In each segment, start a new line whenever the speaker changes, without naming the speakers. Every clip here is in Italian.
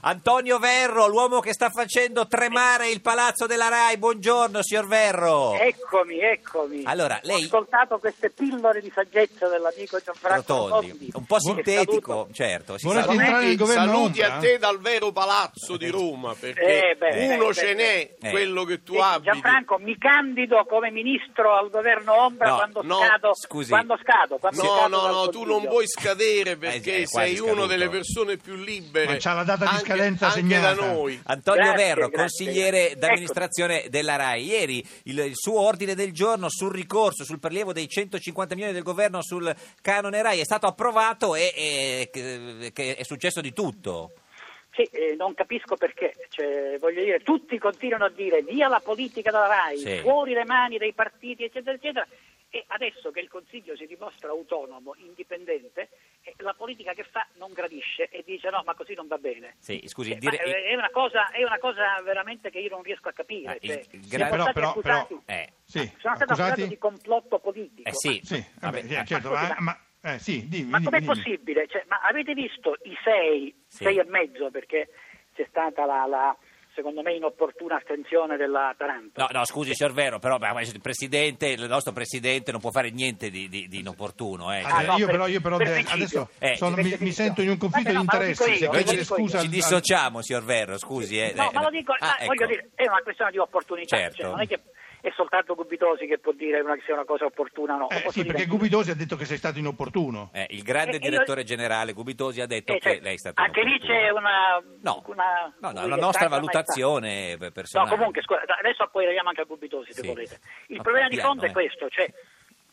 Antonio Verro, l'uomo che sta facendo tremare il palazzo della RAI. Buongiorno, signor Verro.
Eh, Eccomi, eccomi.
Oh. Allora,
Ho
lei-
ascoltato queste pillole di saggezza dell'amico Gianfranco
Rotondi,
Rotondi.
un po'
Che saluto.
sintetico, certo. si
Volete
sa-
entrare nel governo
eh? saluti
ombra?
a te dal vero palazzo di Roma, perché
Eh, beh,
uno
beh,
ce
beh,
n'è,
beh.
quello che tu
Sì,
abiti.
Gianfranco, mi candido come ministro al governo Ombra
No,
quando,
no,
scado,
scusi.
quando scado. Quando
No,
scado
no,
dal
no, tu
Consiglio.
non puoi scadere perché
Eh, è quasi
sei uno
scaduto.
delle persone più libere.
Ma c'ha la data di
anche-
scadenza
anche
segnata.
da noi.
Antonio
Grazie,
Verro,
grazie. Ecco.
consigliere d'amministrazione della RAI. Ieri il, il suo ordine del giorno sul ricorso, sul prelievo dei 150 milioni del governo sul canone RAI è stato approvato e, e- che- che è successo di tutto.
Sì, eh, non capisco perché. Cioè, voglio dire, tutti continuano a dire via la politica dalla RAI,
Sì.
fuori le mani dei partiti, eccetera, eccetera. E adesso che il Consiglio si dimostra autonomo, indipendente, eh, la politica che fa non gradisce e dice no, ma così non va bene.
Sì, scusi,
Eh, ma
dire-
è, una cosa, è una cosa veramente che io non riesco a capire.
Ah, il-
cioè,
il
siamo
gra-
stati
Però- però-
accusati-
però-
eh,
Sì,
Ah, sono stato accusato
accusati?
di complotto politico.
eh sì,
Sì, vabbè,
vabbè, ah,
certo,
ma
ma,
scusi,
ma- eh, sì, dimmi,
Ma
dimmi,
com'è
dimmi.
possibile? Cioè, ma avete visto i sei,
Sì.
sei e mezzo perché c'è stata la, la, secondo me inopportuna attenzione della Taranto?
No, no, scusi, signor Verro, però ma il presidente, il nostro presidente non può fare niente di, di- di inopportuno. Eh.
Ah,
Ah,
eh,
no,
io
per-
però, io però
per
de-
principio.
adesso
Eh,
sono-
per
mi,
principio.
mi sento in un conflitto
Vabbè, no,
di
ma lo dico
interessi. Se
io,
Cioè, Noi
lo
ci,
chiede
dico io.
scusa,
ci
al-
dissociamo, signor Verro, scusi. eh.
No, ma lo dico,
Ah,
ma voglio
ecco.
dire, è una questione di opportunità,
Certo.
cioè, non è che è soltanto Gubitosi che può dire una, se è una cosa opportuna o no.
al-
Lo
eh,
posso
sì,
dire
perché
anch'io.
Gubidosi ha detto che sei stato inopportuno.
Eh, il grande
Eh, io-
direttore generale Gubitosi ha detto
Eh,
che
cioè,
lei è stata
anche lì c'è una,
No,
una,
no, no, è
come
la
dire,
nostra
sacra
valutazione
maestà.
personale.
No, comunque, scusa, adesso poi arriviamo anche a Gubitosi, se
Sì.
volete. Il
Ma
problema di
piano,
Conte
eh.
è questo, cioè,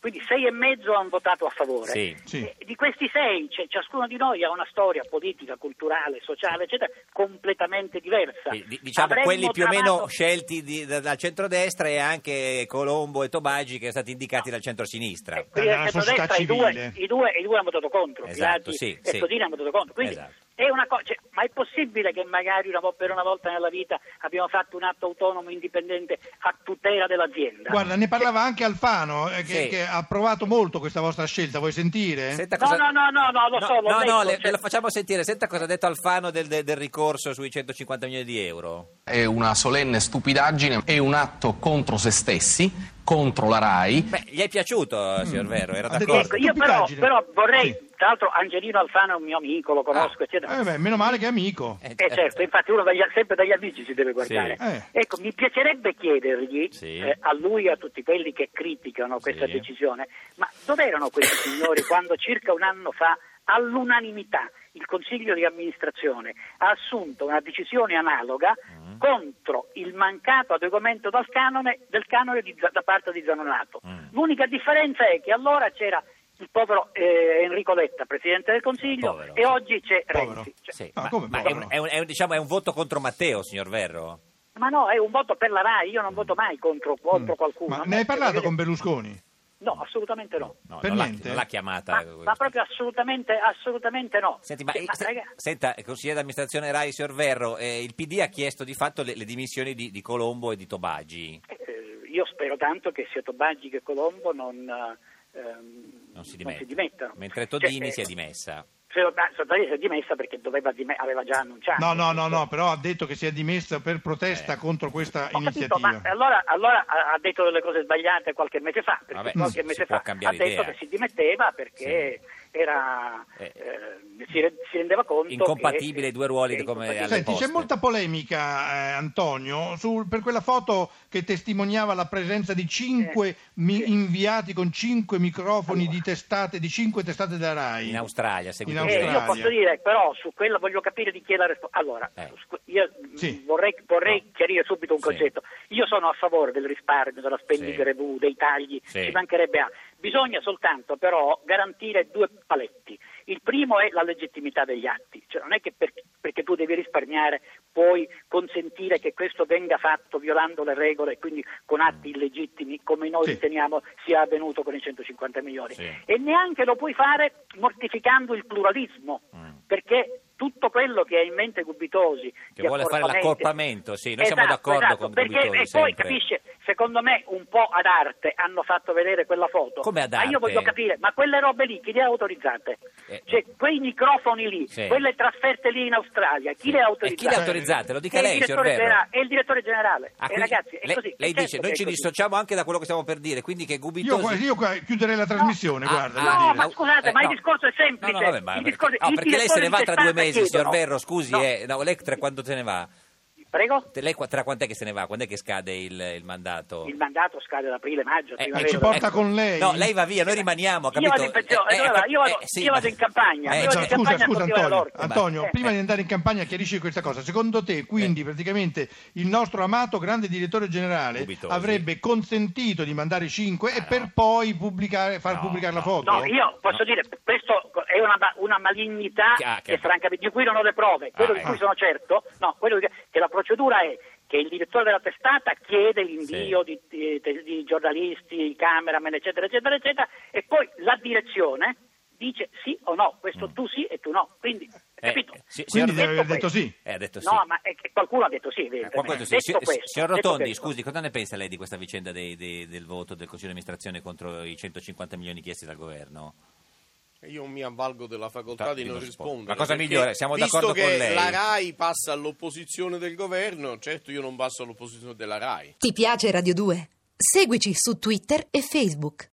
quindi sei e mezzo hanno votato a favore.
Sì.
Sì.
E Di questi sei, cioè, ciascuno di noi ha una storia politica, culturale, sociale, eccetera, completamente diversa.
Eh, di- Diciamo
Cioè, Avremmo
quelli più o meno
tramato-
scelti di- da- dal centrodestra e anche Colombo e Tobagi che sono stati indicati dal centrosinistra.
Eh, quindi
Dalla
nel
società
centrodestra i
civile.
due, i, due, i due hanno votato contro,
Esatto,
Pilati
sì,
e
sì.
Todini hanno votato contro. Quindi
Esatto.
è una co- cioè, ma è possibile che magari una, vo- per una volta nella vita abbiamo fatto un atto autonomo indipendente a tutela dell'azienda?
Guarda, ne parlava anche Alfano, eh, che,
Sì.
che ha approvato molto questa vostra scelta. Vuoi sentire?
Senta
No, no, no, no, no, lo so, l'ho
no, no,
letto,
le-
cioè-
ve lo facciamo sentire. Senta cosa ha detto Alfano del, del- del ricorso sui 150 milioni di euro.
È una solenne stupidaggine, è un atto contro se stessi, contro la RAI.
Beh, gli è piaciuto, signor Verro, era
Ha detto-
d'accordo.
Ecco, io però,
Stupidaggine.
però vorrei,
Sì.
tra l'altro Angelino Alfano è un mio amico, lo conosco, eccetera.
Eh, beh, meno male che è amico.
Eh,
Eh certo, infatti uno dagli- sempre dagli amici si deve guardare.
Eh.
Ecco, mi piacerebbe chiedergli
Sì.
eh, a lui e a tutti quelli che criticano questa
Sì.
decisione, ma dov'erano questi signori quando circa un anno fa all'unanimità il Consiglio di amministrazione ha assunto una decisione analoga
Mm.
contro il mancato adeguamento dal canone, del canone di Za- da parte di Zanonato.
Mm.
L'unica differenza è che allora c'era il povero eh, Enrico Letta, Presidente del Consiglio,
Povero,
e
sì.
oggi c'è
Povero.
Renzi. Cioè,
Sì,
Ma
ma,
come
ma è,
povero?
un, è un- è un- diciamo, è un voto contro Matteo, signor Verro.
Ma no, è un voto per la RAI, io non voto mai contro, contro qualcuno.
Mm.
A
Ma ne
me-
hai parlato
perché-
con Berlusconi?
No, assolutamente no.
No,
Per
non, l'ha,
niente?
non l'ha chiamata.
Ma, ma proprio assolutamente, assolutamente no.
Senti, ma,
Cioè,
eh,
ma
se-
raga-
senta, consigliere d'amministrazione Rai, signor Verro, eh, il PD ha chiesto di fatto le, le dimissioni di, di Colombo e di Tobagi.
eh, io spero tanto che sia Tobaggi che Colombo non, eh, ehm,
Non si dimettano.
dimettano.
Mentre
Cioè,
Todini
eh,
si è dimessa.
se- ma Sottagli si è dimessa perché doveva dime- aveva già annunciato.
No, no, no, no, però ha detto che si è dimessa per protesta
Eh.
contro questa
Ho capito,
iniziativa.
ma allora, allora ha ha detto delle cose sbagliate qualche mese fa, perché
Vabbè,
qualche
si-
mese
si può
fa ha
cambiare
detto
idea.
che si dimetteva perché era,
Eh.
eh, si, re- si rendeva conto
Incompatibile
che-
i due ruoli
che
come
incompatibile.
alle
Senti, c'è
poste.
molta polemica, eh, Antonio, sul- per quella foto che testimoniava la presenza di cinque
Eh,
mi- inviati con cinque microfoni di testate, di cinque testate della RAI.
In Australia, seguito
In
di-
Eh,
Australia.
io posso dire, però, su quella voglio capire di chi è la responsabilità.
Eh.
Allora, scu- io mh,
Sì.
vorrei, vorrei
No.
chiarire subito un
Sì.
concetto. Io sono a favore del risparmio, della spending
Sì.
review, dei tagli,
Sì.
ci mancherebbe altro. Bisogna soltanto però garantire due paletti. Il primo è la legittimità degli atti, cioè non è che per- perché tu devi risparmiare puoi consentire che questo venga fatto violando le regole e quindi con atti illegittimi come noi
Sì.
riteniamo sia avvenuto con i 150 milioni.
Sì.
E neanche lo puoi fare mortificando il pluralismo,
Mm.
perché tutto quello che ha in mente Gubitosi
Che
di
vuole fare
accorpamenti-
l'accorpamento, sì, noi siamo d'accordo
esatto,
con
perché,
Gubitosi,
E poi
sempre.
capisce, secondo me un po' ad arte hanno fatto vedere quella foto.
Come ad
Ma io
arte?
voglio capire, ma quelle robe lì chi le ha autorizzate?
Eh,
cioè, quei microfoni lì,
Sì.
quelle trasferte lì in Australia, chi
Sì.
le ha
E
autorizzate?
chi le ha autorizzate? Lo dica
È il
lei, signor
direttore
Vero.
generale- È il direttore generale.
Ah,
e
quindi
ragazzi, è
lei,
così.
lei
è certo
dice,
che
noi
è
ci
così.
dissociamo anche da quello che stiamo per dire, quindi che
Io, qua-
Gubitosi...
io qua chiuderei la trasmissione,
No,
guarda.
no,
da dire.
ma scusate,
eh,
ma il
Ah, no.
discorso è semplice.
No, no, vabbè, ma
Il
perché,
discorso-
ah,
il
perché lei se ne va tra due
direttore di
mesi, signor
60
Verro, scusi,
chiedono-
eh, no, lei tra quanto se ne va?
Prego?
Te- Lei qua- tra quant'è che se ne va? Quando è che scade il, il mandato?
Il mandato scade ad aprile-maggio.
Eh,
ci porta con lei?
No, lei va via, noi rimaniamo, ha
Io
capito?
vado in pensione,
Eh, eh,
allora,
cap-
io vado-
eh, sì,
io
ma-
vado in campagna,
Eh,
io vado
cioè, Scusa,
in
certo.
scusa,
campagna
scusa
coltivare
Antonio,
l'orto.
Antonio
Eh,
prima
eh.
di andare in campagna chiarisci questa cosa. Secondo te, quindi,
Eh.
praticamente il nostro amato grande direttore generale
Dubitosi.
avrebbe consentito di mandare 5
Ah,
e
no.
per poi pubblicare, far
No,
pubblicare la
no.
foto?
No, io posso dire, questo è una, ma- una malignità
Che- ah, che-
che francamente- di cui non ho le prove. Quello
Ah,
di
ecco.
cui sono certo, no, quello che, che la procedura è che il direttore della testata chiede l'invio
Sì.
di, di- di giornalisti, cameraman, eccetera, eccetera, eccetera, e poi la direzione dice sì o no, questo tu sì e tu no. Quindi,
Mm. Eh,
capito?
sì,
Quindi
signor-
deve aver detto
questo-
sì.
Eh, ha detto sì.
No, ma è che qualcuno ha detto sì,
Eh, qua questo
evidentemente.
sì.
Detto
Signor-
questo,
Signor
detto
Rotondi,
questo.
scusi, cosa ne pensa lei di questa vicenda dei- dei- del voto del Consiglio di amministrazione contro i 150 milioni chiesti dal governo?
Io mi avvalgo della facoltà
Ta-
di
di
non
non
rispondere.
rispondere. Ma cosa
perché
migliore? Siamo d'accordo
visto
con
che
lei.
la RAI passa all'opposizione del governo, certo io non passo all'opposizione della RAI.
Ti piace Radio 2? Seguici su Twitter e Facebook.